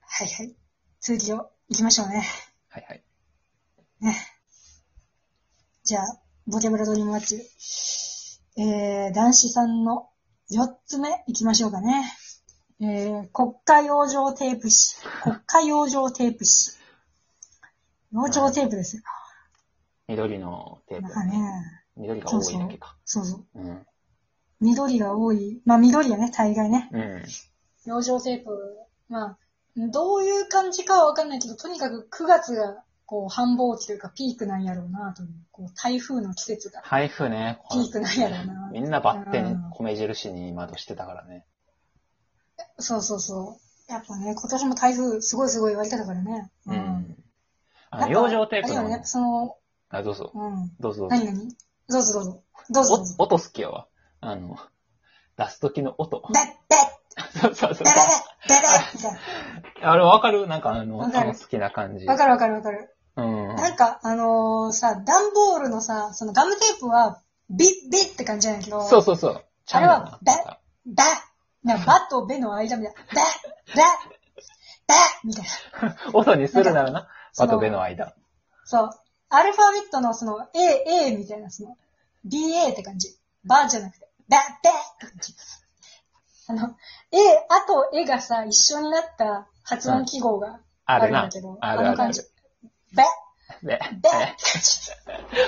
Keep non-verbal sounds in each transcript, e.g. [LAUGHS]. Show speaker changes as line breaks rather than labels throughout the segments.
はいはい。数字を行きましょうね。
はいはい。
ね。じゃあ、ボキャブラドリームマッチ。えー、男子さんの4つ目行きましょうかね。えー、国家養生テープ誌。国家養生テープ誌。養生テープですよ。
緑のテー
なん
プ
か
だ
ね
ね。、緑が多いだけか。
そうそう。
うん。
緑が多い。まあ緑やね、大概ね。
うん。
養生テープ、まあ、どういう感じかはわかんないけど、とにかく9月が、こう、繁忙期というかピークなんやろうなという、こう、台風の季節が。
配布ね。
ピークなんやろうな
みんなバッテ
うん
ン、米印に窓してたからね。
そうそうそう。やっぱね、今年も台風すごいすごい言われてたからね。
う。ん。あ
な
の、
んか
養生テープ
あれよ
の
ね、。その、
あ、どうぞ。
うん。
どうぞどうぞ
何何どうぞどうぞ。どうぞどうぞ。
お音好きやわ。あの、出す時の
[LAUGHS]
音。
だっだっ
そうそうそう
だ。だだだだみたい
あれわかるなんかあの、
わ
あ
かる
の好きな感じ。
な。わかるわかるわかる。
うん。
なんか、あのーさ、段ボールのさ、そのガムテープは、ビッビッって感じなんやけど、
そうそうそう。ちゃうよ
あれは
な。
べだ
[LAUGHS]
な、ばとべの間みたいな。だだだみたいな。
音にするならな。
そ
バとベの間。
そう。アルファベットのその A、A みたいな、その BA って感じ。バーじゃなくて、だ、だって感じ。あの、A、あと絵がさ、一緒になった発音記号が
あ
あ
る
るんだ
な
けど、。あ
あるあ
の
るあ
感じ。
る。
べ、
で、
べ、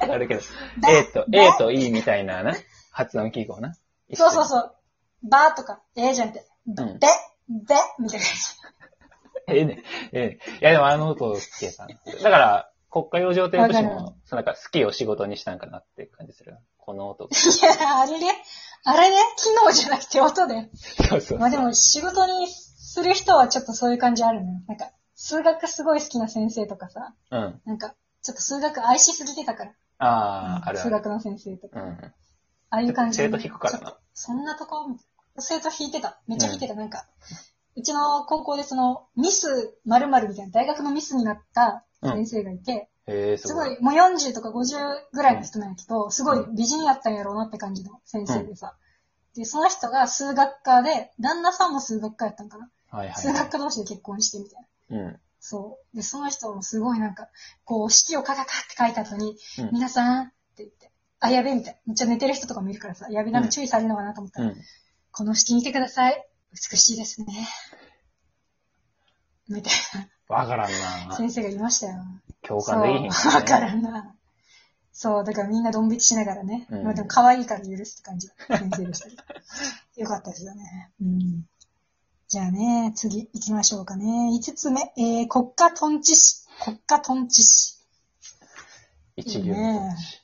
あるけど。
べ
A と、
べ
A と E みたいなな。発音記号な。
そうそう
う。
そう。ばとか、A じゃなくて、べ、
うん
べ、みたいな感
ええね。ええね。いやでもあの音好きやったな。だから、国家養生テープ誌
わか
も、そうなんか好きを仕事にしたんかなって感じするな。この音が。
じ。いや、あれね、あれね、機能じゃなくて音で。
そうそう
まあでも仕事にする人はちょっとそういう感じあるね。なんか、数学すごい好きな先生とかさ、
うん。あ
なんか、ちょっと数学愛しすぎてたから。
あー、あるあ
数
る。
学の先生とか。
う
あ
ん。
あいう感じ
生徒引くから
ちょっ
な
と。そんなとこ、生徒引いてた。めっちゃ引いてた。なんか、うちの高校でその、ミス〇〇みたいな、大学のミスになった先生がいて、
へえ、す
すご
ごい。
い、もう40とか50ぐらいの人なんやけど、すごい美人やったんやろうなって感じの先生でさ。で、その人が数学科で、旦那さんも数学科やったんかな。
はいはい
数
は
学科同士で結婚してみたいな。
い。うん。
そう。で、その人もすごいなんか、こう、式をカカカって書いた後に、
うん
皆さんって言って、あ、やべえみたい。めっちゃ寝てる人とかもいるからさ、やべえなんか
うん
注意されるのかなと思った
う
ら、
ん。
この式見てください。美しいですね。みたい
わからん
な
な
先生がいましたよ。
共
そう、
感できひん、ね。
わからんな。そう、だからみんなドン引きしながらね。
うん
まあでも可愛いから許すって感じの先生で
[LAUGHS]
したけど。よかったですよね。うん。じゃあね、次行きましょうかね。5つ目、えー、国家トンチ市。国家トンチ市。
一流の人たち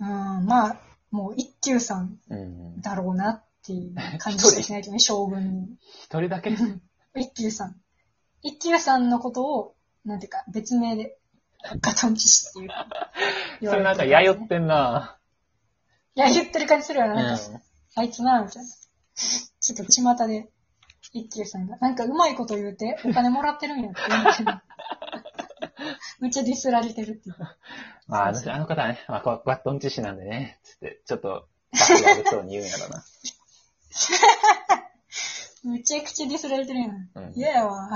うん、まあ、もう一級さん
うん。
だろうなっていう感じしかしないけど
[LAUGHS]
ね、将軍に。
一人だけ
[LAUGHS] 一級さん。一級さんのことを、なんていうか、別名で、国家トンチ市って
[LAUGHS]
いう。
それなんか、やよってんな。
いや、言ってる感じするよ
う
な。
ん。
なんか、あいつな、みたいな。ちょっと巷で、一休さんが、なんかうまいこと言うて、お金もらってるんやって言うんだけ
[LAUGHS]
ど。めっちゃディスられてるっていう。
まあ、あのあの方はね、まあ、こう、ワットンチ師なんでね、つって、ちょっと、バカが悪そうに言うんやろな。
めちゃくちゃディスられてるやん。
うん
嫌やわ。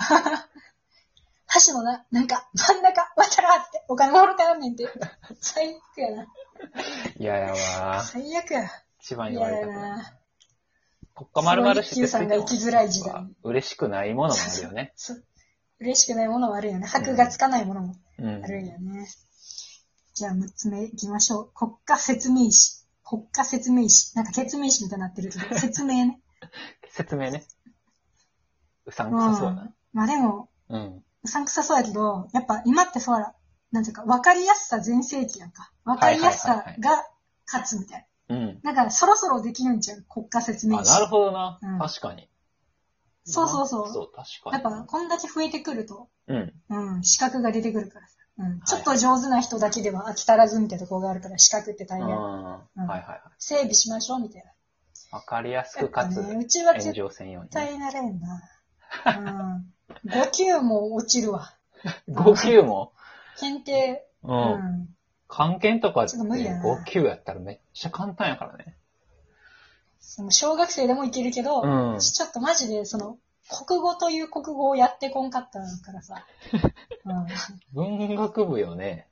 箸のな、なんか、真ん中、渡らって、お金もろてあんねんて。最悪やな。
いややわ。
最悪や。
一番言わ
嫌
れ
や
たくない。
な。
国家丸々し
その一級
て
さんが生きづらい時代
嬉しくないものもあるよね。
そう嬉しくないものはあるよね。箔がつかないものも。
うん
あ。るんやね。じゃあ、6つ目いきましょう。国家説明士。国家説明士。なんか説明士みたいになってるけ
[LAUGHS]
ど、説明ね。
説明ね。うさんくさそうやな。
まあでも、
うん。
うさんくさそうやけど、やっぱ今ってそうや、なんていうか、わかりやすさ全盛期やんか。わかりやす
は
さ
いはいはい
が勝つみたいな。
うん。
だから、そろそろできるんちゃう国家説明
あ、
士。
なるほどな
うん。
確かに。
そうそうそう
そう、確かに。
やっぱ、こんだけ増えてくると、
うん。
うん、資格が出てくるからさ。うん、ちょっと上手な人だけでは飽き足らずみたいなところがあるから、資格って
う
大
ん。
変。
はいはいはい。
整備しましょうみたいな。
わかりやすくかつ、
やっぱね
炎
うちは絶
上せんようにね。
対なれんな。うん。5級も落ちるわ。
5級も、
検定、う
う。
んん。
関係とかって
ちょっと無理やな
5級やったらめっちゃ簡単やからね。
その小学生でもいけるけど、
うん
ちょっとマジで、その、国語という国語をやってこんかったからさ。うん
文学部よね。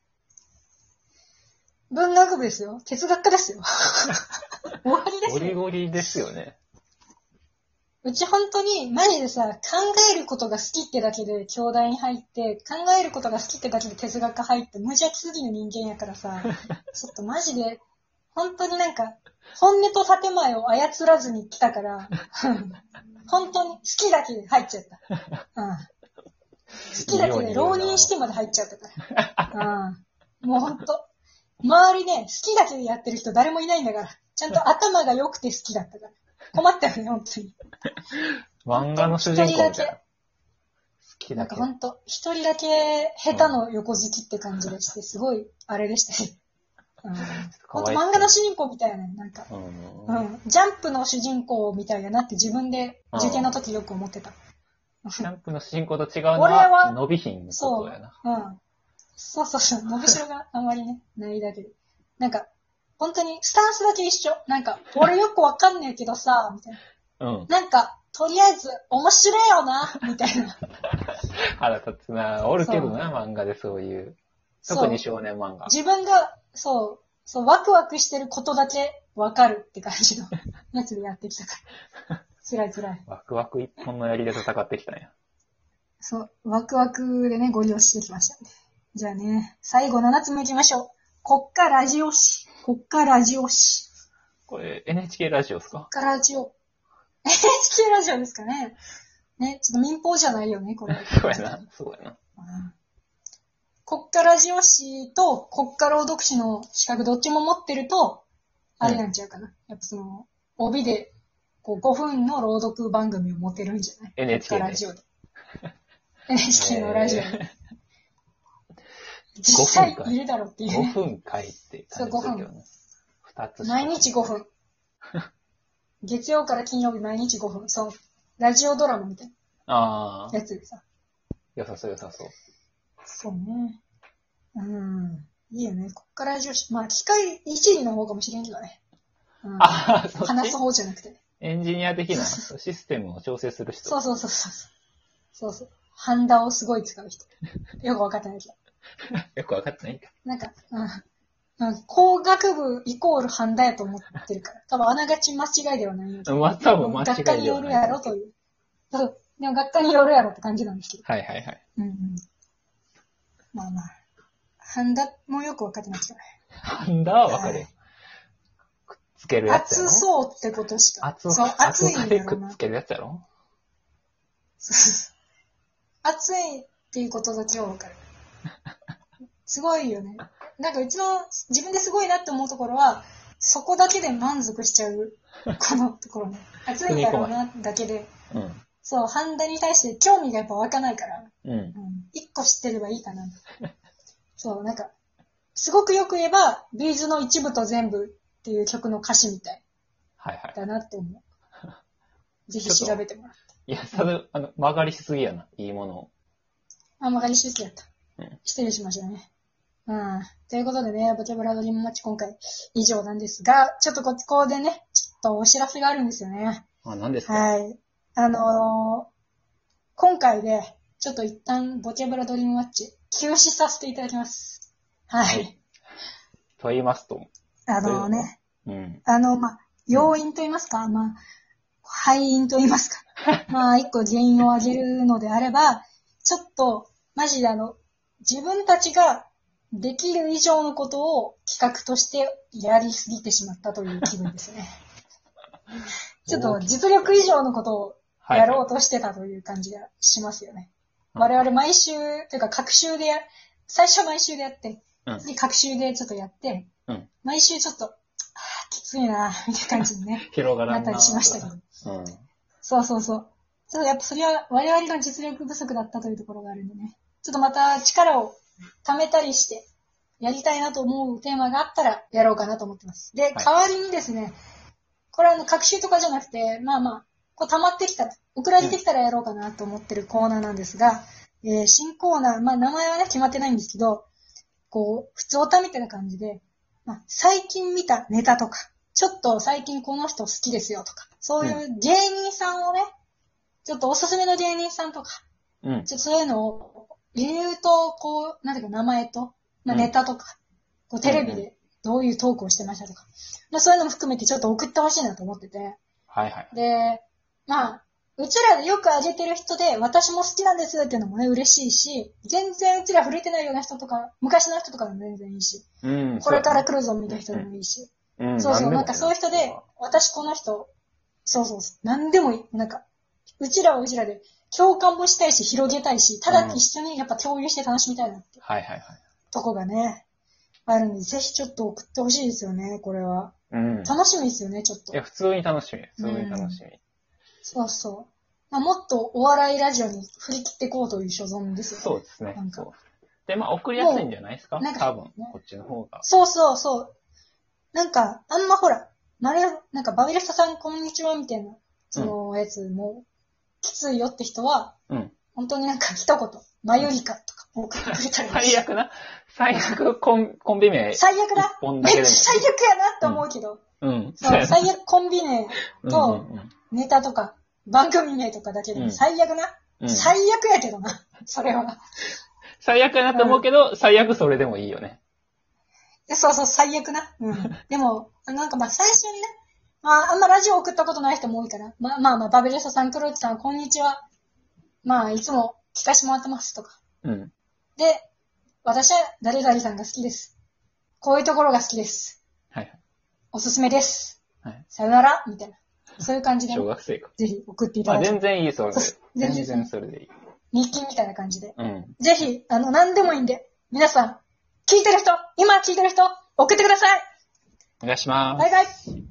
文学部ですよ。哲学科ですよ。終わりで
ゴ
す
リ
よ。
ゴリですよね。
うち本当に、マジでさ、考えることが好きってだけで、京大に入って、考えることが好きってだけで哲学科入って、無邪気すぎる人間やからさ、ちょっとマジで、本当になんか、本音と建前を操らずに来たから、 [LAUGHS] 本当に好きだけで入っちゃった。うん、好きだけで浪人してまで入っちゃったから。うん、もう本当、周りね、好きだけでやってる人誰もいないんだから、ちゃんと頭が良くて好きだったから。困ったよね、本当に。
漫画の主人公みたいな。好き
なん
だ
か
け
ほ
ど。
んと、一人だけ下手の横好きって感じがして、すごい、あれでしたね。うん、ほんと
かわいそう
漫画の主人公みたいなね、なんか。
うん
うん。ジャンプの主人公みたいだなって自分で
うん
受験の時よく思ってた。
キャンプの進行と違うの
俺は
は、伸びひんのこ
そ
と
う。
やな。
うん。そうそうそう。伸びしろ
[LAUGHS]
があんまりね、ないだけで。なんか、本当にスタンスだけ一緒。なんか、俺よくわかんねえけどさ、みたいな。
うん。
なんか、とりあえず、面白いよな、みたいな。
腹立つな。おるけどな、漫画でそういう。
そう
[LAUGHS] 特に少年漫画。
自分が、そう、そう、ワクワクしてることだけわかるって感じ [LAUGHS] のやつでやってきたから。辛い辛い。
ワクワク一本の槍で戦ってきたんや。
そう、ワクワクでね、ご利用してきましたんで。じゃあね、最後7つ目行きましょう。こっからラジオ誌。こっからラジオ誌。
これ、NHK ラジオですか
こっからラジオ。NHK ラジオですかね。ね、ちょっと民放じゃないよね、これ。
そうやな。そうやな。
うん国家ラジオ誌と国家朗読誌の資格どっちも持ってると、あれなんちゃうかな。やっぱその、帯で、こう5分の朗読番組を持てるんじゃない国
NHK
家
で
ラ。ジオで。NHK [LAUGHS] のラジオ
え
で。
ー
実際
5分か
いるだろうっていう
5
ね。
分かいって感じだけどね。2つしか
毎日5分。月曜から金曜日毎日5分。そう。ラジオドラマみたい
あ
な
あ。
やつでさ。
良さそう良さそう。
そうね。うん。いいよね。こっからラジオ誌。まあ、機械一時の方かもしれんけどね。うん、
ああ、そ
[LAUGHS]
っ
話す
ち
方じゃなくて。
エンジニア的
[LAUGHS]
なシステムを調整する人。
そうそうそうそう。そうそう。ハンダをすごい使う人。よくわかってないけど。
よくわかってないんか。
なんか、うん。うん、工学部イコールハンダやと思ってるから。多分あながち間違いではないんやけど。
まあ、多分間
学科
違い
に
で
よ
は
る
ない。
やろという。そう。でも学科によるやろって感じなんですけど。
はいはいはい。
うんうん。まあまあ。ハンダもよくわかってないけどね。
ハンダはわかるよ。くっつけるやつや
熱
ろ。
そうってことしか。
熱
そう、熱い
熱
ん
で
だろ
く
う
っ
な
つ。けるやつやろ
暑いっていうことだけはわか
[LAUGHS]
る。すごいよね。なんかうちの自分ですごいなって思うところは、そこだけで満足しちゃう。このところね。暑いんだろうなだけで。
うん。
そう、ハンダに対して興味がやっぱ湧かないから。
うん。
うん。一個知ってればいいかな。そう、なんか、すごくよく言えば、ビーズの一部と全部っていう曲の歌詞みたい
はいはい。
だなって思う。ぜひ調べてもらう。
いや、それ、あの、曲がりしすぎやな。いいものを。
あ、曲がり手術やった
うん。
失礼しましたね。うん。ということでね、ボキャブラドリームマッチ今回以上なんですが、ちょっとここでね、ちょっとお知らせがあるんですよね。
あ、何ですか、
はい。あのー今回で、ちょっと一旦ボキャブラドリームマッチ休止させていただきます。は。
はいと言いますと。
あの
どういう
ね、
うん。
あの、まあ、要因と言いますか、まあ、敗因と言いますか。まあ、一個原因を挙げるのであれば、ちょっと、マジであの、自分たちができる以上のことを企画としてやりすぎてしまったという気分ですね。ちょっと実力以上のことをやろうとしてたという感じがしますよね。
は
我々毎週、というか、各週でや、最初は毎週でやって、
うん
次各週でちょっとやって、
うん、
毎週ちょっと、あーきついな、みたいな感じにね
広がら
な
んな
ったりしましたけど。
うん。
そうそうそう。ちょっとやっぱそれは我々の実力不足だったというところがあるんでね。ちょっとまた力を貯めたりして、やりたいなと思うテーマがあったらやろうかなと思ってます。で、代わりにですね、これはあの、学習とかじゃなくて、まあまあ、こう溜まってきたら、送られてきたらやろうかなと思ってるコーナーなんですが、えー新コーナー、まあ名前はね、決まってないんですけど、こう、普通オタみたいな感じで、まあ、最近見たネタとか、ちょっと最近この人好きですよとか、そういう芸人さんをね、ちょっとおすすめの芸人さんとか、
うん。
ちょっとそういうのを、理由と、こう、なんていうか、名前と、まあ、
うん
ネタとか、こうテレビ
うん
でどういうトークをしてましたとか、まあ、そういうのも含めてちょっと送ってほしいなと思ってて。
はいはい。
で、まあ、うちらでよくあげてる人で、私も好きなんですっていうのもね、嬉しいし、全然うちら触れてないような人とか、昔の人とかでも全然いいし、
うん。
これから来るぞみたいな人でもいいし、
そうだね、うん、
そうそう、
でも
なんかそういう人で、私この人、そうそうそう、なんでもいい。なんか、うちらはうちらで、共感もしたいし、広げたいし、ただ一緒にやっぱ共有して楽しみたいなって
はいはいはい。
とこがね、あるんで、ぜひちょっと送ってほしいですよね、これは。
うん。
楽しみですよね、ちょっと
い。や、普通に楽しみ。普通に楽しみ。
そうそう。まあ、もっとお笑いラジオに振り切っていこうという所存ですよね。
そうですね
なん。か
そう。で、まあ、送りやすいんじゃないですか
もうなんか
多分、こっちの方が。
そうそうそう。なんか、あんまほら、まる、なんかバビレスタさんこんにちはみたいな、そのやつも、きついよって人は、
うん。
本当になんか一言、マユリカとか送ってくれ
[LAUGHS]
たら嬉しい
最悪な。最悪コンコンビ名。
最悪だ
一本
め
だ
っち
け
ゃ
でも。
最悪やなって思うけど、
うん。
そう
やな
最悪コンビ名、
うん
と
うん
ネタとか、番組名とかだけで
う
も
ん
最悪な、
うん
最悪やけどな、 [LAUGHS] それは。
最悪やなと思うけど、最悪それでもいいよね。
いやそうそう、最悪な。うん。でも、なんかまあ最初にね、まああんまラジオ送ったことない人も多いから、まあまあまあ、バビレスタさん、黒木さん、こんにちは。まあいつも聞かしてもらってますとか。
うん。
で、私は誰々さんが好きです。こういうところが好きです。
はい
おすすめです。
はい。
さよならみたいな。そういう感じ
はい。
で、
小
ぜ
学生か。
ひ送っていた
ま
だ
あ、
いて、
全然いい、それで
そう。全然
全然それでいい。
日記みたいな感じで。
うん。
ぜひ、あの、何でもいいんで、皆さん、聞いてる人、今聞いてる人、送ってください
お願いします
バイ。バイ